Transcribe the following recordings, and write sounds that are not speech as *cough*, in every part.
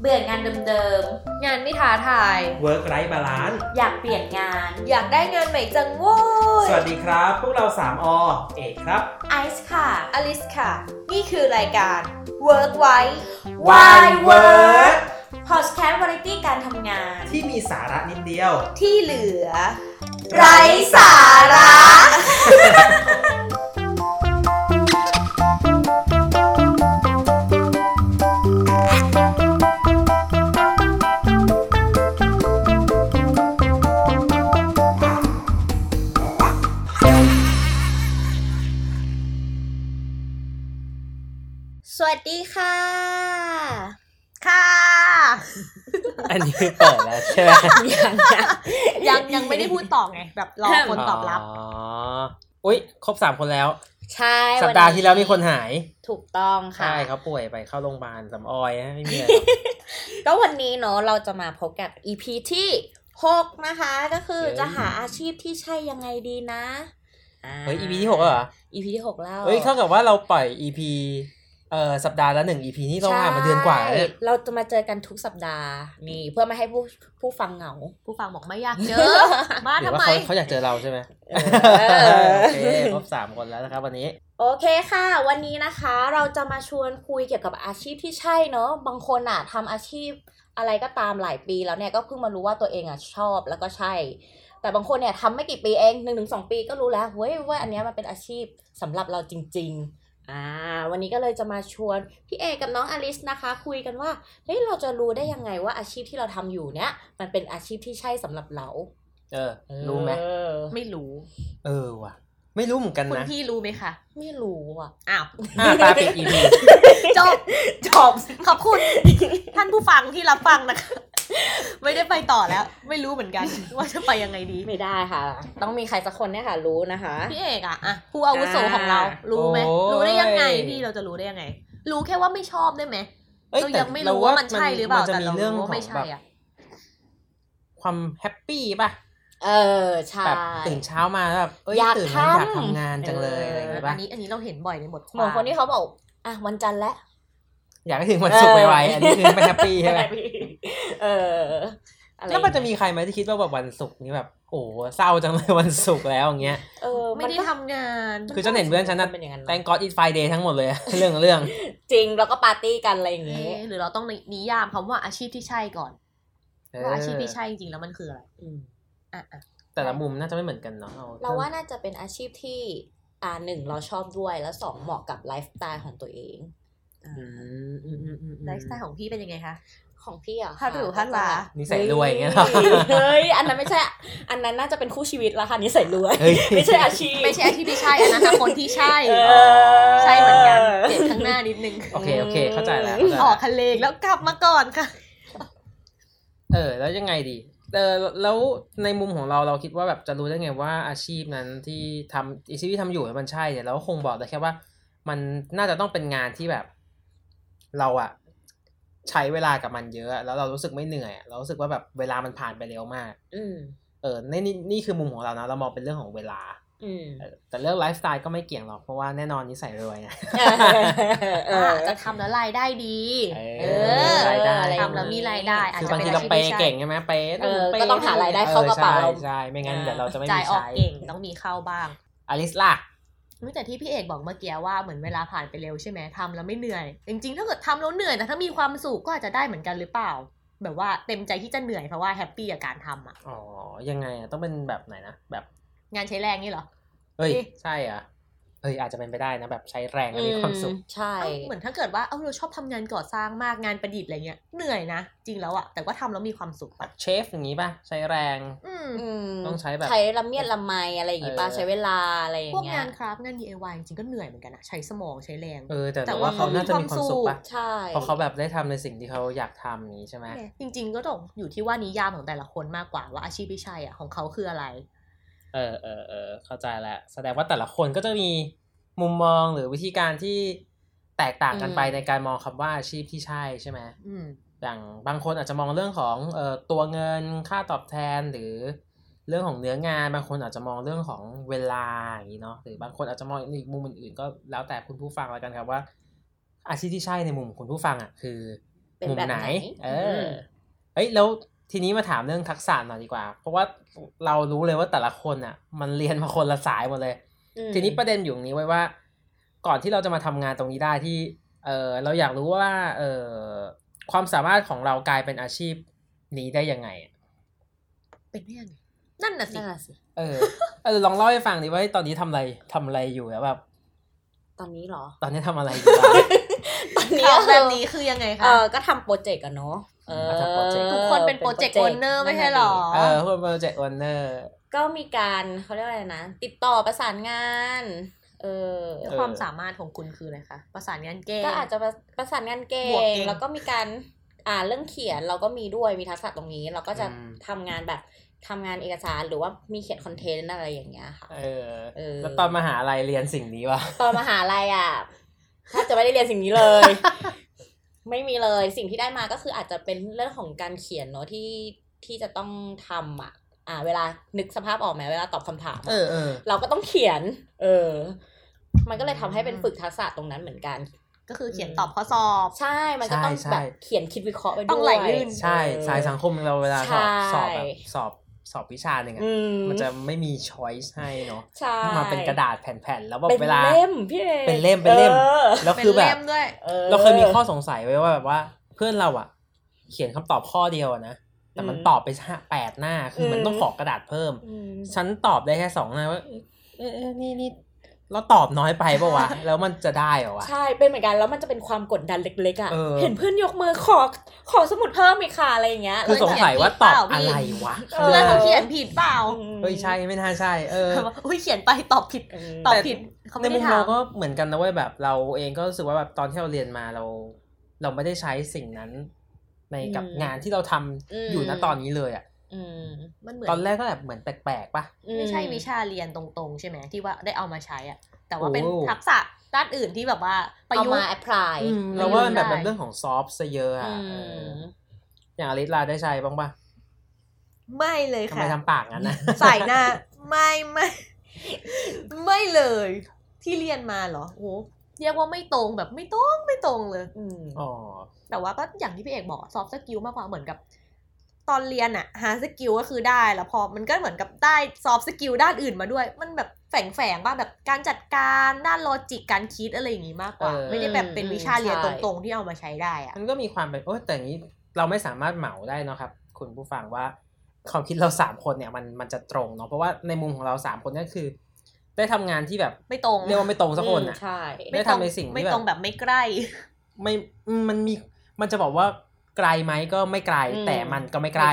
เบื่องานเดิม งานไม่ท้าทาย Work Life Balance ๆ อยากเปลี่ยนงาน อยากได้งานใหม่จังโว้ย สวัสดีครับ พวกเรา 3 อ เอกครับ ไอซ์ค่ะ อลิสค่ะ นี่คือรายการ Work ไว้ Why Work พอดแคสต์วาไรตี้การทำงาน ที่มีสาระนิดเดียว ที่เหลือ ไร้สาระ สวัสดีค่ะ ค่ะ อันนี้เปิดแล้วใช่ไหม ยัง *laughs* ยังยังไม่ได้พูดต่อไง แบบรอคนตอบรับ อ๋ออุ้ยครบสามคนแล้ว ใช่ สัป น ดาห์ นี้ ที่แล้วมีคนหาย ถูกต้องค่ะ ใช่เขาป่วยไปเข้าโรงพยาบาลสำออยนะไม่มี *laughs* อะไร แล้ววันนี้เนาะเราจะมาพบกับ EP ที่ 6 นะคะ ก็คือจะหาอาชีพที่ใช่ยังไงดีนะา เฮ้ย EP ที่หกแล้วเหรอ EP ที่ 6 แล้ว เฮ้ยเท่ากับว่าเราปล่อย EP เอ่อสัปดาห์ละหนึ่ง EP นี่เราห่างมาเดือนกว่าแล้วเนี่ย ใช่เราจะมาเจอกันทุกสัปดาห์นี่เพื่อไม่ให้ผู้ผู้ฟังเหงา ผู้ฟังบอกไม่อยากเจ *laughs* อ มา หรือ ทำ ว่า ไม เขาเขาอยากเจอเราใช่ไหม เออ โอเคครบสามคนแล้วนะครับวันนี้ โอเคค่ะ วันนี้นะคะเราจะมาชวนคุยเกี่ยวกับอาชีพที่ใช่เนอะบางคนอะทำอาชีพอะไรก็ตามหลายปีแล้วเนี่ยก็เพิ่งมารู้ว่าตัวเองอะชอบแล้วก็ใช่ แต่บางคนเนี่ยทำไม่กี่ปีเองหนึ่งถึงสองปีก็รู้แล้วเว้ยว่าอันเนี้ยมันเป็นอาชีพสำหรับเราจริง ๆ อ่า วันนี้ก็เลยจะมาชวนพี่เอกับน้องอลิสนะคะ คุยกันว่าเฮ้ยเราจะรู้ได้ยังไงว่าอาชีพที่เราทำอยู่เนี่ย มันเป็นอาชีพที่ใช่สำหรับเรา เออ เออ รู้ไหม ไม่รู้ เออว่ะ ไม่รู้เหมือนกัน คุณ นะ พี่รู้ไหมคะ ไม่รู้อ่ะ อ้าว อ่ะตาปิด EP จบ จบ ขอบคุณ ท่านผู้ฟังที่รับฟังนะคะ *laughs* ไม่ได้ไปต่อแล้ว ไม่รู้เหมือนกันว่าจะไปยังไงดี *laughs* ไม่ได้ค่ะ ต้องมีใครสักคนเนี่ยค่ะรู้นะคะ พี่เอกอะอะผู้อาวุโสของเรา รู้ไหม โอ้ย รู้ได้ยังไงพี่เราจะรู้ได้ยังไง รู้แค่ว่าไม่ชอบได้ไหม อ้ เรา แต่ ยังไม่รู้ว่ามันใช่หรือเปล่า จะ แต่ มี เรา เรื่อง รู้ ของ ว่าไม่ แบ ใช่ บ อ่ะ ความแฮปปี้ป่ะ เออ ใช่ แบบตื่นเช้ามาแล้วแบบเอ้ย อยาก ตื่นแล้ว ทำ อยากทำงานจังเลยอะไรอย่างเงี้ย อั ป่ะ นนี้อันนี้เราเห็นบ่อยในบทค เหมื วา อน ม คนที่เขาบอกอ่ะวันจันทร์แล้ว อยากให้ถึงวันศุกร์ เออ ไวๆอันนี้คือไม่แฮปปี้ใช่ไหม เอออะไร แล้วมันจะมีใครไหมที่คิดว่าแบบวันศุกร์นี่แบบโอ้เศร้าจังเลยวันศุกร์แล้วอย่างเงี้ย เออ ไม่ได้ นก็ ทำงาน คือฉันเห็นเพื่อนฉันน่ะ เป็นอย่างนั้น แต่งกอดอีทไฟเดย์ทั้งหมดเลยอะ *laughs* เรื่องเรื่อง จริงแล้วก็ปาร์ตี้กันอะไรอย่างงี้ เอ๊ะหรือเราต้องนิยามคำว่าอาชีพที่ใช่ก่อน เออ ว่าอาชีพที่ใช่จริงๆแล้วมันคืออะไร อืม อ่ะอ่ะ แต่ละมุมน่าจะไม่เหมือนกันเนาะเอา เราว่าน่าจะเป็นอาชีพที่ อ่าหนึ่งเราชอบด้วยแล้วสองเหมาะกับไลฟ์สไตล์ของตัวเอง อืมอืมอืมอืม ไลฟ์สไตล์ของพี่เป็นยังไงคะ ของพี่อ่ะ ฮัลโหลฮัลโหล นิสัยรวยอย่างเงี้ย ย เหรอ เฮ้ยอันนั้นไม่ใช่ อันนั้นน่าจะเป็นคู่ชีวิตละค่ะนิสัยรวย เฮ้ย ไม่ใช่อาชีพ ไม่ใช่อาชีพที่ใช่อันนั้นนะคนที่ใช่ เออ ใช่เหมือนกันเด็ดข้างหน้านิดนึง โอเคโอเคเข้าใจแล้ว อืม เข้าใจแล้ออ ว กทะเลงแล้วกลับมาก่อนค่ะ เออ แล้วยังไงดีเออแล้วในมุมของเราเราคิดว่าแบบจะรู้ได้ไงว่าอาชีพนั้นที่ทำอาชีพที่ทำอยู่มันใช่เนี่ยเราก็คงบอกแต่แค่ว่า มันน่าจะต้องเป็นงานที่แบบ เราอะใช้เวลากับมันเยอะ แล้วเรารู้สึกไม่เหนื่อยอะเรารู้สึกว่าแบบเวลามันผ่านไปเร็วมาก อืม เออในนี่นี่คือมุมของเรานะเรามองเป็นเรื่องของเวลา อืม เออแต่เรื่องไลฟ์สไตล์ก็ไม่เกี่ยงหรอก เพราะว่าแน่นอนนิสัยรวยนะ เออ อ่ะจะทำแล้วรายได้ดี เอ เอ อ อ รายได้ ทำแล้วมีรายได้ อาจ คือ จะ บาง เป็น ที อา เราเปย์ชีพที่ใช่ เก่งใช่ไหมเปย์ เออ เปย์ ก็ต้องหารายได้เข้ากระเป๋า ออใช่ใช่ไม่งั้นเดี๋ยวเราจะไม่ จ่า มี ยออก ใช้ เก่งต้องมีเข้าบ้าง อลิสล่ะ เมื่อแต่ที่พี่เอกบอกเมื่อกี้ว่าเหมือนเวลาผ่านไปเร็วใช่ไหมทำแล้วไม่เหนื่อย จริงๆ ถ้าเกิดทำแล้วเหนื่อยแต่ถ้ามีความสุขก็อาจจะได้เหมือนกันหรือเปล่า แบบว่าเต็มใจที่จะเหนื่อยเพราะว่าแฮปปี้กับการทำอ่ะ อ๋อยังไงอะต้องเป็นแบบไหนนะแบบ งานใช้แรงนี่เหรอ เฮ้ย เอ๊ะ ใช่เหรอ่ะเฮ้ยอาจจะเป็นไปได้นะแบบใช้แรงแล้วมีความสุข อืใช่ เอ้าเหมือนถ้าเกิดว่าเอ้าเราชอบทำงานก่อสร้างมากงานประดิษฐ์อะไรเงี้ยเหนื่อยนะ จริงแล้วอะแต่ว่าทำแล้วมีความสุข แบ อะ บเชฟอย่างนี้ป่ะ ใช้แรง อืม ม ต้องใช้แบบ ใช้ละเมียดละไมอะไรอย่างงี้ป่ะ เออ ใช้เวลาอะไรอย่า พวก งเงี้ งาย นคราฟต์งาน DIY จริงๆก็เหนื่อยเหมือนกันนะใช้สมองใช้แรง เออแต่ แต่ แต่ ว่า ว่าเขา เขามี น่าจะมีความสุข ความสุ ป่ะ ข ใช่ เพราะเขาแบบได้ทำในสิ่งที่เขาอยากทำอย่างนี้ใช่ไหม จริง ๆ ก็ต้องอยู่ที่ว่านิยามของแต่ละคนมากกว่าว่าอาชีพที่ใช่อะของเขาคืออะไร เออเออเออเข้าใจแล้วแสดงว่าแต่ละคนก็จะมีมุมมองหรือวิธีการที่แตกต่างกันไปในการมองคำว่าอาชีพที่ใช่ใช่ไหม อืม อย่างบางคนอาจจะมองเรื่องของเอ่อตัวเงินค่าตอบแทนหรือ เรื่องของเนื้องานบางคนอาจจะมองเรื่องของเวลาอย่างนี้เนาะหรือบางคนอาจจะมองอีกมุมอื่นๆ ก็แล้วแต่คุณผู้ฟังแล้วกันครับว่า อาชีพที่ใช่ในมุมของคุณผู้ฟังอ่ะคือ เป็น มุม แบบ ไหน ไหน เอมออเอ้ยแล้วทีนี้มาถามเรื่องทักษะหน่อยดีกว่า เพราะว่าเรารู้เลยว่าแต่ละคนอ่ะ มันเรียนมาคนละสายหมดเลย อืม ทีนี้ประเด็นอยู่ตรงนี้ไว้ว่า ก่อนที่เราจะมาทำงานตรงนี้ได้ที่ เออเราอยากรู้ว่า เออความสามารถของเรากลายเป็นอาชีพนี้ได้ยังไงอะ เป็นได้ยังไงนั่นน่ะสิ นั่นน่ะสิ เอ *laughs* อ เออลองเล่าให้ฟังดิว่าเฮ้ยตอนนี้ทำอะไรทำอะไรอยู่แล้วแบบ ตอนนี้เหรอ ตอนนี้ทำอะไรอยู่ *laughs* บ้าง ตอนนี้ ข่าว แบ แบบ บ นี้ นี้คือยังไง เอ คะ อก็ทำโปรเจกต์กันเนาะเออ ทำโปรเจกต์ ทุกคนเป็นโปรเจกต์โอเนอร์ไม่ใช่หรอ เออเพื่อนโปรเจกต์วันเนอร์ ก็มีการเขาเรียกว่าอะไรนะ ติดต่อประสานงาน เออ เออ ความสามารถของคุณคืออะไรคะประสานงานเก่ง ก็อาจจะประประสานงานเก่ บวก ง เก่ง แล้วก็มีการอ่านเรื่องเขียนเราก็มีด้วยมีทักษะตรงนี้ เราก็จะ อืม ทำงานแบบทำงานเอกสารหรือว่ามีเขียนคอนเทนต์อะไรอย่างเงี้ยค่ะ เออ เออ แล้วตอนมหาลัยเรียนสิ่งนี้วะ ตอนมหาลัยอ่ะแทบจะไม่ได้เรียนสิ่งนี้เลย *laughs* ไม่มีเลยสิ่งที่ได้มาก็คืออาจจะเป็นเรื่องของการเขียนเนาะที่ที่จะต้องทำอ่ะ อ่า เวลานึกสภาพออกไหมเวลาตอบคำถามอะ เออเออ เราก็ต้องเขียน เออ มันก็เลยทำให้เป็นฝึกทักษะตรงนั้นเหมือนกัน ก็คือเขียนตอบข้อสอบ ใช่ มันก็ต้องแบบเขียนคิดวิเคราะห์ไปด้วย ต้องไหลลื่น ใช่สายสังคมเราเวลาสอบ ใช่ สอบแบบสอบสอบวิชาหนึ่งอะ อืม มันจะไม่มีช้อยส์ให้เนาะ ใช่ มาเป็นกระดาษแผ่นๆแล้วแบบ เป็น เวลา เล่มพี่อ เป็นเล่มเป็นเล่ม ออ แล้ว เป็น คือแบ เล่ บ มด้วย ออ เราเคยมีข้อสงสัยไว้ว่าแบบว่าเพื่อนเราอ่ะ เขียนคำตอบข้อเดียวอะนะ แต่มัน อืม ตอบไปห้าแปดหน้าคืออ ม มันต้องขอกระดาษเพิ่ม อืม ฉันตอบได้แค่สองหน้าว่าเออเออนี่นี่เราตอบน้อยไปปะวะ แล้วมันจะได้เหรอวะ ใช่ เป็นเหมือนกัน แล้วมันจะเป็นความกดดันเล็กๆอ่ะ เออ เห็นเพื่อนยกมือขอ ขอสมุดเพิ่มอีกค่ะอะไรอย่างเงี้ย คือสงสัยว่าตอบ เขี อะ ยนผิดเปล่าเอไรวะพี่เพื่อนเขาเขียนผิดเปล่า เฮ้ยใช่ไม่น่าใช่ เออ แบบว่าอุ้ยเขียนไปตอบผิด ต ต อ อ บบ ผิดเขา ใน ไม่ได้ มุม ถา เรา ม ก็เหมือนกันนะเว้ยแบบเราเองก็รู้สึกว่าแบบตอนที่เราเรียนมาเรา เราไม่ได้ใช้สิ่งนั้น ในกับ อืม งานที่เราทำอยู่ณ อืม ตอนนี้เลยอ่ะ อืม มันเหมือน ตอนแรกก็แบบเหมือนแปลกๆปะ ไม่ใช่วิชาเรียนตรงๆ ใช่ไหมที่ว่าได้เอามาใช้อะแต่ว่า โอ้ เป็นทักษะด้านอื่นที่แบบว่าประ เอา ยุก มา ต์ แอพพลาย อืม ไม่ เราว่ามัน รู้ แบบ ได้ เรื่องของซอฟต์ซะเยอะอะเอออย่างอลิสลาได้ใช้บ้างปะ ไม่เลย ทำ ค่ะ ไมทำปากงั้นนะ *laughs* สายหน้า ไม่ไม่ ไม่เลย ที่เรียนมาเหรอโอ้โหเรียกว่าไม่ตรงแบบไม่ตรงไม่ตรงเลย อ๋อ แต่ว่าก็อย่างที่พี่เอกบอกซอฟต์สกิลมากกว่าเหมือนกับ ตอนเรียนอะหาสกิลก็คือได้แล้วพอมันก็เหมือนกับได้ซอฟต์สกิลด้านอื่นมาด้วย มันแบบแฝงแฝงๆบ้างแบบการจัดการด้านโลจิกการคิดอะไรอย่างงี้มากกว่า เออ ไม่ได้แบบเป็น อืม วิชาเรียน ใช่ ตรงๆที่เอามาใช้ได้อะ มันก็มีความเป็นโอ้แต่อย่างนี้เราไม่สามารถเหมาได้เนาะครับ คุณผู้ฟังว่าความคิดเราสามคนเนี่ยมันมันจะตรงเนาะเพราะว่าในมุมของเราสามคนเนี่ยคือ ได้ทำงานที่แบบ ไม่ตรง เรียกว่าไม่ตรงสักคนอ่ะ ใช่ ไม่ ตร ทำในสิ่งที่แบบ ไม่ตรงแบบไม่ใกล้ ไม่อืมมันมีมันจะบอกว่าไกลไหมก็ไม่ไกล อืม แต่มันก็ไม่ไกล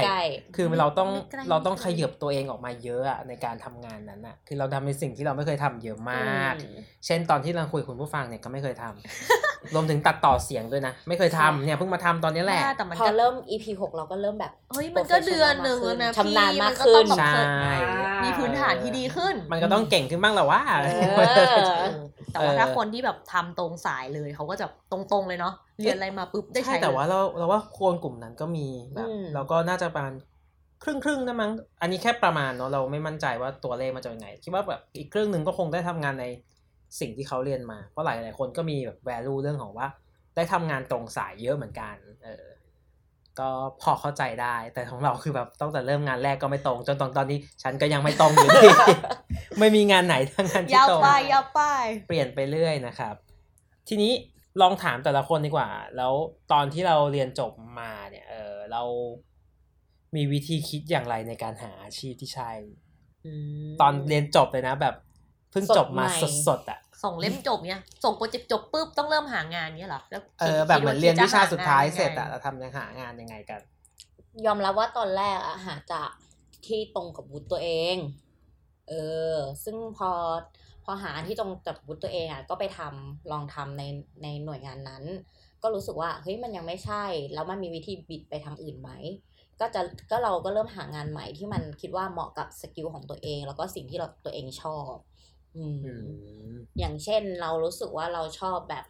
คือเราต้อง ไม่ไกล เราต้อง ไม่ ข ไกล ยับตัวเองออกมาเยอะอะในการทำงานนั้นอะคือเราทำในสิ่งที่เราไม่เคยทำเยอะมาก อืม เช่นตอนที่เราคุยกับคุณผู้ฟังเนี่ยก็ไม่เคยทำ *laughs* รวมถึงตัดต่อเสียงด้วยนะ ไม่เคยทำเนี่ยเพิ่งมาทำตอนนี้แหละ แต่มัน พอ ก็ เริ่ม EP หกเราก็เริ่มแบบ เฮ้ยมันก็เดือนหนึ่งแล้วนะ ชำนาญ พี่ มาก ก็ต้อง ขึ้น แบบ ใช่ มีพื้นฐานที่ดีขึ้น มันก็ต้องเก่งขึ้นบ้างแหละว่า เออ เออแต่ว่าถ้า เออ คนที่แบบทำตรงสายเลยเขาก็จะตรงๆเลยเนาะเรียนอะไรมาปุ๊บได้ ใช่ ใช้ แต่ เลย ว่าเราเราว่าคนกลุ่มนั้นก็มีแบบ อืม แล้วก็น่าจะประมาณครึ่งครึ่งๆนะมั้งอันนี้แค่ประมาณเนาะเราไม่มั่นใจว่าตัวเลขมันจะเป็นไงคิดว่าแบบอีกครึ่งหนึ่งก็คงได้ทำงานในสิ่งที่เขาเรียนมา เพราะหลายหลายๆคนก็มีแบบ value เรื่องของว่า ได้ทำงานตรงสายเยอะเหมือนกันเออก็พอเข้าใจได้ แต่ของเราคือแบบตั้งแต่เริ่มงานแรกก็ไม่ตรง จนตอนตอนนี้ฉันก็ยังไม่ตรงอยู่ดี ไม่มีงานไหนทั้งงานที่ ยาว ตรง ไปยาวไป เปลี่ยนไปเรื่อยนะครับ ทีนี้ลองถามแต่ละคนดีกว่า แล้วตอนที่เราเรียนจบมาเนี่ย เออเรามีวิธีคิดอย่างไรในการหาอาชีพที่ใช่ ตอนเรียนจบเลยนะแบบเพิ่งจบมา สดใหม่ สดๆอ่ะ ส่งเล่มจบเนี่ยส่งโปรเจกต์จบปุ๊บต้องเริ่มหางานเนี่ยเหรอแล้ว เอ คิด อแบบเหมือนเรียนวิชา คิด สุดท้ายเสร็จ จะ อ่ะเราทำยังหางานยังไงกัน ยอมรับว่าตอนแรกอะหาจากที่ตรงกับวุฒิตัวเอง เออ ซึ่งพอพอหาที่ตรงกับวุฒิตัวเองอะก็ไปทำลองทำในในหน่วยงานนั้น ก็รู้สึกว่าเฮ้ยมันยังไม่ใช่ แล้วมันมีวิธีบิดไปทางอื่นไหม ก็จะก็เราก็เริ่มหางานใหม่ที่มันคิดว่าเหมาะกับสกิลของตัวเอง แล้วก็สิ่งที่เราตัวเองชอบ อืม อืม อย่างเช่นเรารู้สึกว่าเราชอบแบบ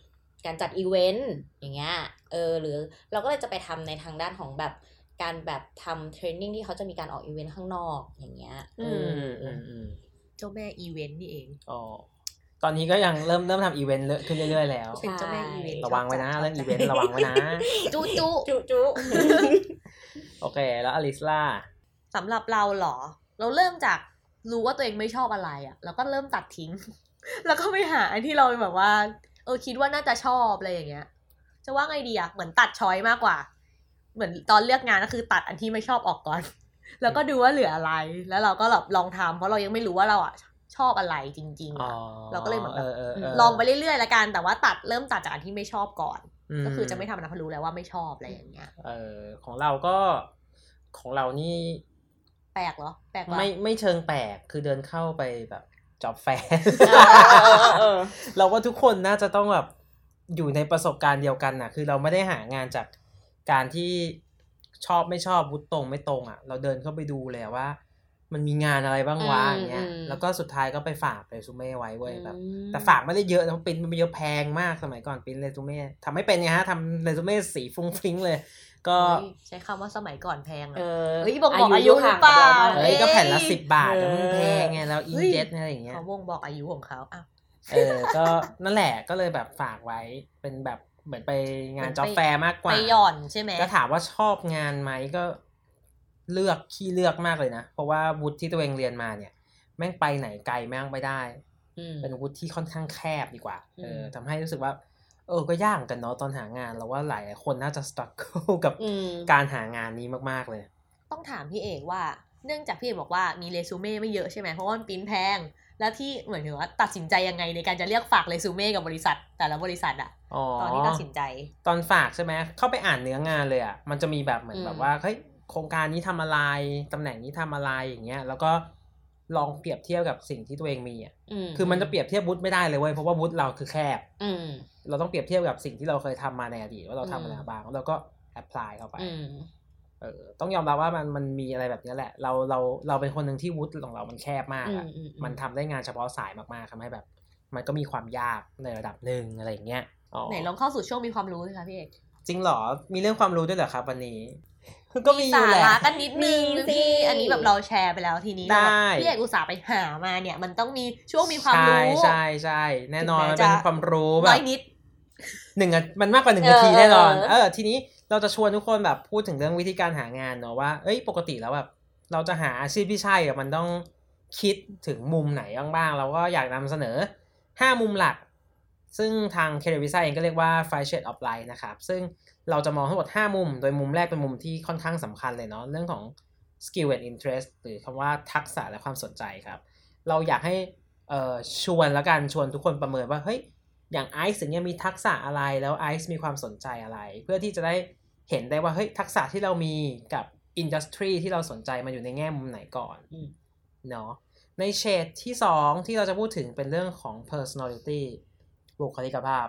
การจัดอีเวนต์อย่างเงี้ยเออหรือเราก็เลยจะไปทำในทางด้านของแบบ การแบบทำเทรนนิ่งที่เขาจะมีการออกอีเวนต์ข้างนอกอย่างเงี้ย อื อืมมอืมอืม เจ้าแม่อีเวนต์นี่เอง อ๋อตอนนี้ก็ยังเริ่มเริ่มทำอีเวนต์เยอะขึ้นเรื่อยๆแล้ว เป็นเจ้าแม่อีเวนต์ ระวังไว้นะ ชบจัด เรื่องอีเวนต์ระวังไว้นะ จุจุ จุจุ โอเค แล้วอลิสล่า สำหรับเราเหรอ เราเริ่มจากรู้ว่าตัวเองไม่ชอบอะไรอะแล้วก็เริ่มตัดทิ้ง *laughs* แล้วก็ไปหาอันที่เราแบบว่า เออคิดว่าน่าจะชอบอะไรอย่างเงี้ย จะว่าไงดีอะเหมือนตัดช้อยมากกว่า เหมือนตอนเลือกงานก็คือตัดอันที่ไม่ชอบออกก่อน *laughs* แล้วก็ดูว่าเหลืออะไร แล้วเราก็แบบลองทำเพราะเรายังไม่รู้ว่าเราอะชอบอะไรจริงๆ อ๋อ อะ เราก็เลยเหมือนแบบ อ มลองไปเรื่อยๆละกันแต่ว่าตัดเริ่มตัดจากอันที่ไม่ชอบก่อน ก็คือจะไม่ทำอันนั้นเพราะรู้แล้วว่าไม่ชอบอะไรอย่างเงี้ย เออของเราก็ของเรานี่ แปลกเหรอ แปลกว่า ไม่ไม่เชิงแปลกคือเดินเข้าไปแบบจอบแฟน *laughs* เราว่าทุกคนน่าจะต้องแบบอยู่ในประสบการณ์เดียวกันน่ะ คือเราไม่ได้หางานจากการที่ชอบไม่ชอบวุฒิตรงไม่ตรงอ่ะ เราเดินเข้าไปดูเลยว่า มันมีงานอะไรบ้างวะ อืม อย่างเงี้ย อืม แล้วก็สุดท้ายก็ไปฝากเรซูเม่ไว้เว้ยแบบ แต่ฝากไม่ได้เยอะนะปริ้นมันเยอะแพงมากสมัยก่อนปริ้นเรซูเม่ทำไม่เป็นไงฮะทำเรซูเม่สีฟุ้งฟริ้งเลย ก็ เฮ้ยใช้คำว่าสมัยก่อนแพงอะ เออ เฮ้ยบ่งบอกอายุหรือเปล่า ห่งกับรมก เอ้ยก็แผ่นละ เอ้ย สิบบาทแล้วมันแพงไงแล้วอิน เฮ้ย เจ็ตอะไรอย่างเงี้ย เขาวงบอกอายุของเขาอ่ะ เออ ก็นั่นแหละก็เลยแบบฝากไว้เป็นแบบเหมือนไปงาน เหมือนไป จ็อบแฟร์มากก ไป ว่า หย่อนใช่ไหม ก็ถามว่าชอบงานไหมก็เลือกขี้เลือกมากเลยนะ เพราะว่าวุฒิที่ตัวเองเรียนมาเนี่ย แม่งไปไหนไกลแม่งไม่ได้ อืม เป็นวุฒิที่ค่อนข้างแคบดีกว่า เออ อืม ทำให้รู้สึกว่า เออ ก็ยากเหมือนกันเนาะตอนหางานเราว่าหลายคนน่าจะส *laughs* ตั๊กกับ อืม การหางานนี้มากๆเลย ต้องถามพี่เอกว่า เนื่องจากพี่เอกบอกว่ามีเรซูเม่ไม่เยอะใช่ไหมเพราะว่ามันปริ้นแพง แล้วที่เหมือนถึงว่าตัดสินใจยังไงในการจะเลือกฝากเรซูเม่กับบริษัท แต่ละบริษัทอะ อ๋อ ตอนที่ตัดสินใจ ตอนฝากใช่ไหม เข้าไปอ่านเนื้องานเลยอะ่ะ มันจะมีแบบเหมือน อืม แบบว่า เฮ้ย โครงการนี้ทำอะไร ตำแหน่งนี้ทำอะไรอย่างเงี้ย แล้วก็ลองเปรียบเทียบกับสิ่งที่ตัวเองมีอะ่ะ คือมันจะเปรียบเทียบวุฒิไม่ได้เลยเว้ย เพราะว่าวุฒิเราคือแคบ อืม เราต้องเปรียบเทียบกับสิ่งที่เราเคยทำมาในอดีตว่าเราทำอะไรมาบ้างแล้วก็แอพพลายเข้าไป อืม เออ ต้องยอมรับว่ามันมันมีอะไรแบบเนี้ยแหละ เรา เรา เราเป็นคนหนึ่งที่วุฒิของเรามันแคบมาก อืม อะ อืม มันทำได้งานเฉพาะสายมากๆทำให้แบบ มันก็มีความยากในระดับหนึ่งอะไรอย่างเงี้ยอ๋อ ไหนลองเข้าสู่ช่วงมีความรู้สิคะพี่เอก จริงเหรอ มีเรื่องความรู้ด้วยเหรอครับวันนี้ *laughs* ก็มีอยู่แหละ สาระกันนิดนึง มีสิ พี่อันนี้แบบเราแชร์ไปแล้วทีนี้ ได้ แบบพี่เอกอุตส่าห์ไปหามาเนี่ย มันต้องมีช่วงมีความรู้ ใช่ใช่ใช่แน่นอน ถึงมันแม้เป็น จะ ความรู้แบ น้อบ ยนิด หนึ่งอะมันมากกว่าหนึ่ง เออ นาทีแน่นอน เออ เออทีนี้เราจะชวนทุกคนแบบพูดถึงเรื่องวิธีการหางานเนาะว่าเอ้ยปกติแล้วแบบเราจะหาอาชีพที่ใช่อะมันต้องคิดถึงมุมไหนบ้างๆเราก็อยากนำเสนอ 5 มุมหลัก ซึ่งทางเคเดวิซ่าเองก็เรียกว่า five shades of light นะครับ ซึ่งเราจะมองทั้งหมด 5 มุม โดยมุมแรกเป็นมุมที่ค่อนข้างสำคัญเลยเนาะเรื่องของ skill and interest หรือคำว่าทักษะและความสนใจครับ เราอยากให้เอ่อชวนแล้วกันชวนทุกคนประเมินว่าเฮ้ย อย่างไอซ์อย่างเงี้ยมีทักษะอะไรแล้วไอซ์มีความสนใจอะไร เพื่อที่จะได้เห็นได้ว่าเฮ้ยทักษะที่เรามีกับอินดัสทรีที่เราสนใจมันอยู่ในแง่มุมไหนก่อน อืม เนาะในเฉดที่ 2 ที่เราจะพูดถึงเป็นเรื่องของ personality บุคลิกภาพ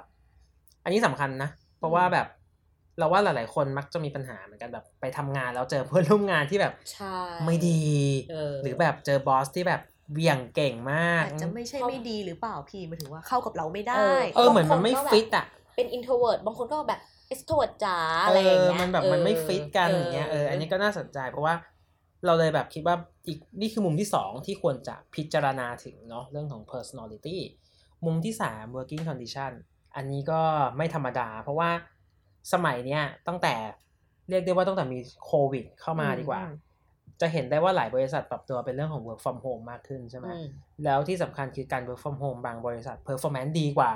อันนี้สำคัญนะ เพราะว่าแบบเราว่าหลาย ๆ คนมักจะมีปัญหาเหมือนกันแบบไปทำงานแล้วเจอเพื่อนร่วมงานที่แบบ ใช่ ไม่ดี เออ หรือแบบเจอบอสที่แบบเหวี่ยงเก่งมาก อาจจะไม่ใช่ไม่ดีหรือเปล่าพี่หมายถึงว่าเข้ากับเราไม่ เอ ได้ อ เออเหมือนมันไม่ บางคนก็แบบ ฟิตอ่ะ เป็น introvert บางคนก็แบบ extrovert จ๋าอะไรอย่างเงี้ย มันแบบมันไม่ฟิตกันอย่างเงี้ยเอออันนี้ก็น่าสนใจเพราะว่าเราเลยแบบคิดว่าอีกนี่คือมุมที่สองที่ควรจะพิจารณาถึงเนาะเรื่องของ personality มุมที่สาม working condition อันนี้ก็ไม่ธรรมดา เพราะว่าสมัยเนี้ยตั้งแต่เรียกได้ว่าตั้งแต่มีโควิดเข้ามาดีกว่า อืม จะเห็นได้ว่าหลายบริษัทปรับตัวเป็นเรื่องของ work from home มากขึ้นใช่ไหม อืม แล้วที่สำคัญคือการ work from home บางบริษัท performance ดีกว่า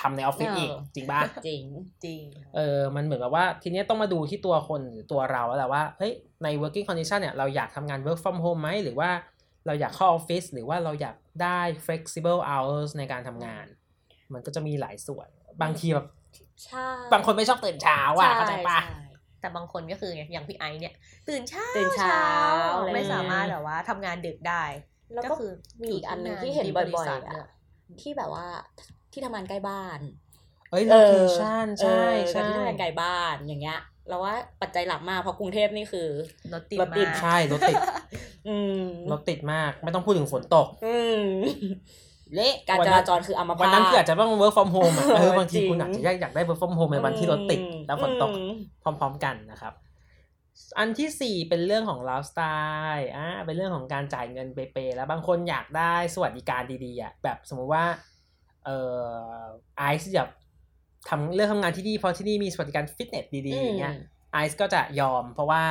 ทำในออฟฟิศ เอออี อีก จริงป่ะ จริง จริง เออ มันเหมือนกับว่าทีเนี้ยต้องมาดูที่ตัวคนหรือตัวเราแล้วแหละว่า เฮ้ย ใน working condition เนี่ย เราอยากทำงาน work from home ไหม หรือว่าเราอยากเข้าออฟฟิศ หรือว่าเราอยากได้ flexible hours ในการทำงาน มันก็จะมีหลายส่วน บางทีแบบ ใช่ บางคนไม่ชอบตื่นเช้าอ่ะ เข้าใจปะ ใช่ แต่บางคนก็คือไงอย่างพี่ไอซ์เนี่ย ตื่นเช้า ตื่นเช้าอะไร ไม่สามารถแบบว่าทำงานดึกได้ แล้ว ก็ ก็ คือ มีอีกอันหนึ่งที่เห็นบ่อยๆอะที่แบบว่าที่ทำงานใกล้บ้าน เอ้ย เออ location ใช่เออใช่กับที่ทำงานไกลบ้านอย่างเงี้ยเราว่าปัจจัยหลักมากเพราะกรุงเทพนี่คือ รถติด รถ มา ติด ก ใช่รถติด อืม รถติดมาก ไม่ต้องพูดถึงฝนตก อืม เละ การ วัน จ นั้น ราจรคืออัมพาต วันนั้นคืออาจจะต้อง work from home อะเอ เออบอางที จริง คุณอาจจะอยากได้ work from home ในวันที่รถติด แล้วฝนตก อืม พร้อม ๆ กันนะครับ อันที่สี่เป็นเรื่องของไลฟ์สไตล์อ่าเป็นเรื่องของการจ่ายเงินเปย์ๆแล้วบางคนอยากได้สวัสดิการดีๆอ่ะแบบสมมุติว่าเอ่อไอซ์อยากทำเรื่องทำงานที่นี่เพราะที่นี่มีสวัสดิการฟิตเนสดีๆอย่างเงี้ยไอซ์ก็จะยอม เพราะว่า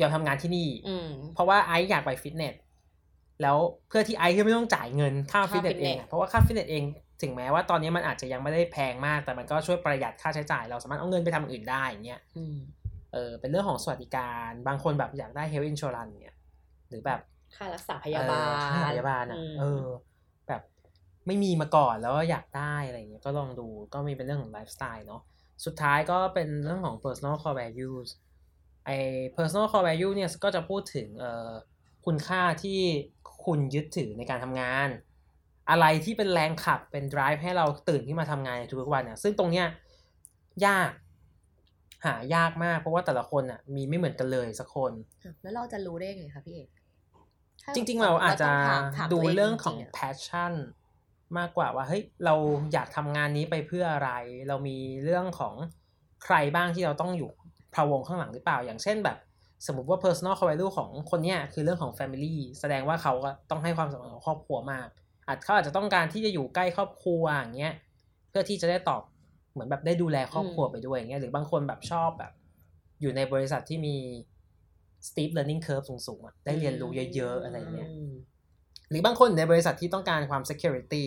ยอมทำงานที่นี่ อืม เพราะว่าไอซ์อยากไปฟิตเนสแล้วเพื่อที่ไอซ์ก็ไม่ต้องจ่ายเงินค่าฟิตเนสเอค่าฟิตเนงส อะเพราะว่าค่าฟิตเนสเองถึงแม้ว่าตอนนี้มันอาจจะยังไม่ได้แพงมาก แต่มันก็ช่วยประหยัดค่าใช้จ่าย เราสามารถเอาเงินไปทำอย่างอื่นได้อย่างเงี้ย อืม เออเป็นเรื่องของสวัสดิการบางคนแบบอยากได้ health insurance เนี่ยหรือแบบ ค่ารักษาพยาบาล เออค่พยาบาลอ่ะ ม เออแบบไม่มีมาก่อนแล้วก็อยากได้อะไรเงี้ยก็ลองดูก็มีเป็นเรื่องของไลฟ์สไตล์เนาะสุดท้ายก็เป็นเรื่องของ personal core values ไอ personal core value เนี่ยก็จะพูดถึงเอ่อคุณค่าที่คุณยึดถือในการทำงาน อะไรที่เป็นแรงขับเป็น drive ให้เราตื่นขึ้นมาทำงานในทุกๆวันเนี่ยซึ่งตรงเนี้ยยาก หายากมากเพราะว่าแต่ละคนอ่ะมีไม่เหมือนกันเลยสักคน แล้วเราจะรู้ได้ไงคะพี่เอกถ้ จริง ๆ เราอาจจะ ต้องถามถาม ดู ตัว เรื่องของ จริๆะ passion มากกว่าว่าเฮ้ยเราอยากทำงานนี้ไปเพื่ออะไร เรามีเรื่องของใครบ้างที่เราต้องอยู่พะวงข้างหลังหรือเปล่า อย่างเช่นแบบ สมมติว่า personal core value ของคนเนี้ยคือเรื่องของ family แสดงว่าเขาก็ต้องให้ความสำคัญกับครอบครัวมาก อาจเขาอาจจะต้องการที่จะอยู่ใกล้ครอบครัวอย่างเงี้ยเพื่อที่จะได้ตอบเหมือนแบบได้ดูแลครอบครัวไปด้วยอย่างเงี้ยหรือบางคนแบบชอบแบบ อยู่ในบริษัทที่มี steep learning curve สูงๆอะได้เรียนรู้เยอะๆอะไรเงี้ย ม หรือบางคนในบริษัทที่ต้องการความ security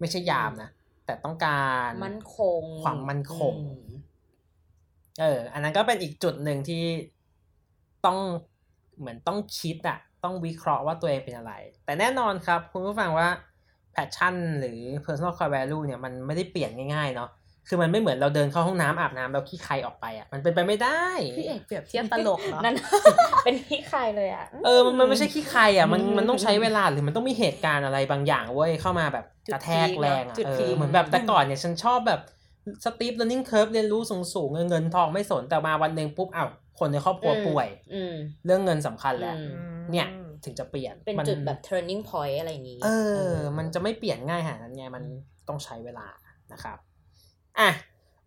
ไม่ใช่ยามนะ แต่ต้องการ มั่นคง ความมั่นคง อืม เออ อันนั้นก็เป็นอีกจุดหนึ่งที่ต้องเหมือนต้องคิดอะต้องวิเคราะห์ว่าตัวเองเป็นอะไร แต่แน่นอนครับ คุณผู้ฟังว่า passion หรือ personal core value เนี่ยมันไม่ได้เปลี่ยนง่ายๆเนาะคือมันไม่เหมือนเราเดินเข้าห้องน้ำอาบน้ำแล้วขี้ใครออกไปอะมันเป็นไปไม่ได้ พี่เอกเปรียบเทียบตลกเหรอ นั่น *laughs* เป็นพี่ใครเลยอ่ะ เออ มันมันไม่ใช่ขี้ใครอ่ะ มัน อืม มันต้องใช้เวลาหรือมันต้องมีเหตุการณ์อะไรบางอย่างเว้ย เข้ามาแบบ จุด กระแทกแรงอ่ะ พีคนะจุด เอ พี อ ค เหมือนแบบแต่ก่อนเนี่ยฉันชอบแบบสตีฟ l ล a r นิ่งเคิร์ฟเรียนรู้สูงสูงๆเงินเงินทองไม่สน แต่มาวันหนึ่งปุ๊บอ้าวคนในครอบครัว อืม ป่วย อืม เรื่องเงินสำคัญแล้ว อื เนี่ย ถึงจะเปลี่ยน เป็น มั จุดแบบ turning point อะไรอย่างงี้ เออ มันจะไม่เปลี่ยนง่ายขนาดนั้นไง มันต้องใช้เวลานะครับ อ่ะ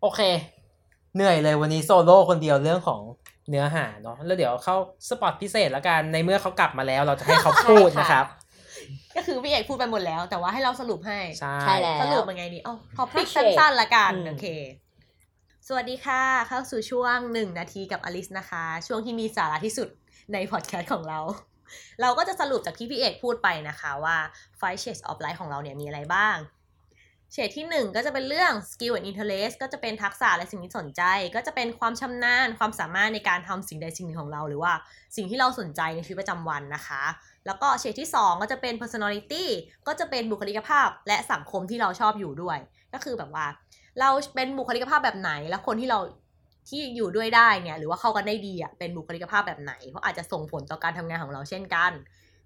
โอเค เหนื่อยเลยวันนี้โซโล่คนเดียวเรื่องของเนื้อหาเนาะ แล้วเดี๋ยวเข้าสปอตพิเศษละกัน ในเมื่อเขากลับมาแล้ว เราจะให้เขาพูดนะครับ ก็คือพี่เอกพูดไปหมดแล้ว แต่ว่าให้เราสรุปให้ ใช่ ใช่แล้ว สรุปมันไงดีเอ้าท็อปิก ให้ สั เชด้ นๆละกัน อืม โอเค สวัสดีค่ะ เข้าสู่ช่วงหนึ่งนาทีกับอลิสนะคะ ช่วงที่มีสาระที่สุดในพอดแคสต์ของเรา *laughs* เราก็จะสรุปจากที่พี่เอกพูดไปนะคะว่า five shades of life ของเราเนี่ยมีอะไรบ้าง เฉดที่หนึ่งก็จะเป็นเรื่อง skill and interest ก็จะเป็นทักษะและสิ่งที่สนใจ ก็จะเป็นความชำนาญความสามารถในการทำสิ่งใดสิ่งหนึ่งของเรา หรือว่าสิ่งที่เราสนใจในชีวิตประจำวันนะคะ แล้วก็เฉดที่สองก็จะเป็น personality ก็จะเป็นบุคลิกภาพและสังคมที่เราชอบอยู่ด้วย ก็คือแบบว่า เราเป็นบุคลิกภาพแบบไหน และคนที่เราที่อยู่ด้วยได้เนี่ยหรือว่าเข้ากันได้ดีอ่ะเป็นบุคลิกภาพแบบไหน เพราะอาจจะส่งผลต่อการทำงานของเราเช่นกัน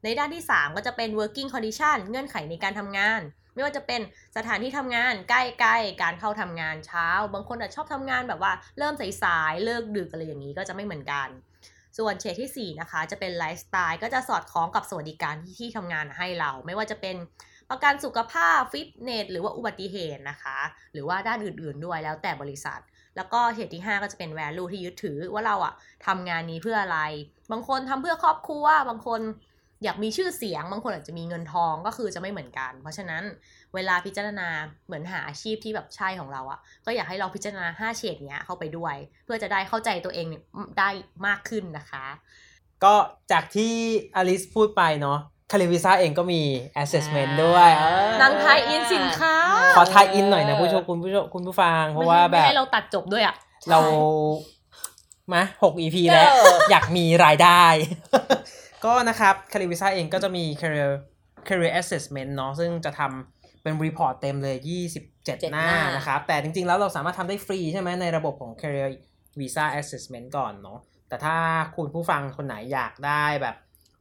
ในด้านที่ 3 ก็จะเป็น working condition เงื่อนไขในการทำงาน ไม่ว่าจะเป็นสถานที่ทำงานใกล้ๆการเข้าทำงานเช้า บางคนอาจชอบทำงานแบบว่าเริ่มสายๆเลิกดึกอะไรอย่างนี้ก็จะไม่เหมือนกัน ส่วนเฉดที่สี่นะคะ จะเป็นไลฟ์สไตล์ก็จะสอดคล้องกับสวัสดิการที่ที่ทำงานให้เรา ไม่ว่าจะเป็นประกันสุขภาพฟิตเนสหรือว่าอุบัติเหตุนะคะ หรือว่าด้านอื่นๆด้วยแล้วแต่บริษัท แล้วก็เฉดที่ 5 ก็จะเป็น value ที่ยึดถือว่าเราอะทำงานนี้เพื่ออะไร บางคนทำเพื่อครอบครัวบางคนอยากมีชื่อเสียง บางคนอาจจะมีเงินทองก็คือจะไม่เหมือนกัน เพราะฉะนั้นเวลาพิจารณาเหมือนหาอาชีพที่แบบใช่ของเราอะก็อยากให้เราพิจารณาห้าเฉดเนี้ยเข้าไปด้วย เพื่อจะได้เข้าใจตัวเองได้มากขึ้นนะคะ ก็จากที่อลิสพูดไปเนาะ คาริวิซ่าเองก็มี assessment ด้วย อ่ นางทายอินสินค้า ขอทายอินหน่อยนะผู้ชมคุณผู้ชมคุณผู้ฟัง เพราะว่าแบ ไม่ บ ให้เราตัดจบด้วยอะ เรามาหก EP แล้ว เออ อยากมีรายได้ ก็นะครับคาริวิซ่าเองก็จะมี career career assessment เนาะซึ่งจะทำเป็นรีพอร์ตเต็มเลย 27 7 หหน้าน้าน นะครับ แต่จริงๆ แล้วเราสามารถทำได้ฟรีใช่ไหมในระบบของ career visa assessment ก่อนเนาะแต่ถ้าคุณผู้ฟังคนไหนอยากได้แบบ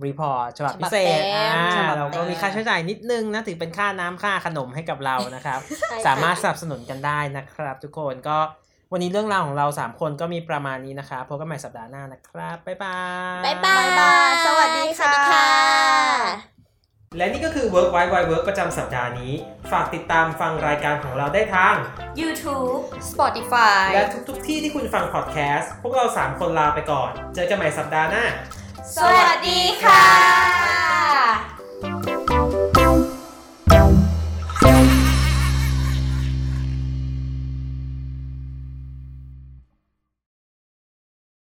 รีพอร์ตฉบับพิเศษ ฉบับเต็ อ่าม ฉบับเต็ม เราก็มีค่าใช้จ่ายนิดนึงนะถือเป็นค่าน้ำค่าขนมให้กับเรานะครับ ใช่ สามารถสนับสนุนกันได้นะครับ ทุกคนก็วันนี้เรื่องราวของเรา 3 คนก็มีประมาณนี้นะครับพบกันใหม่สัปดาห์หน้านะครับ บ๊ายบาย บ๊ายบาย บ๊ายบายสวัสดีค่ะ สวัสดีค่ะ และนี่ก็คือ Work w i d e Wide Work ประจำสัปดาห์นี้ ฝากติดตามฟังรายการของเราได้ทาง YouTube Spotify และทุกๆทที่ที่คุณฟังพอดแคสต์พวกเรา 3 คนลาไปก่อน เจอกันใหม่สัปดาห์หน้า สวัสดีค่ะ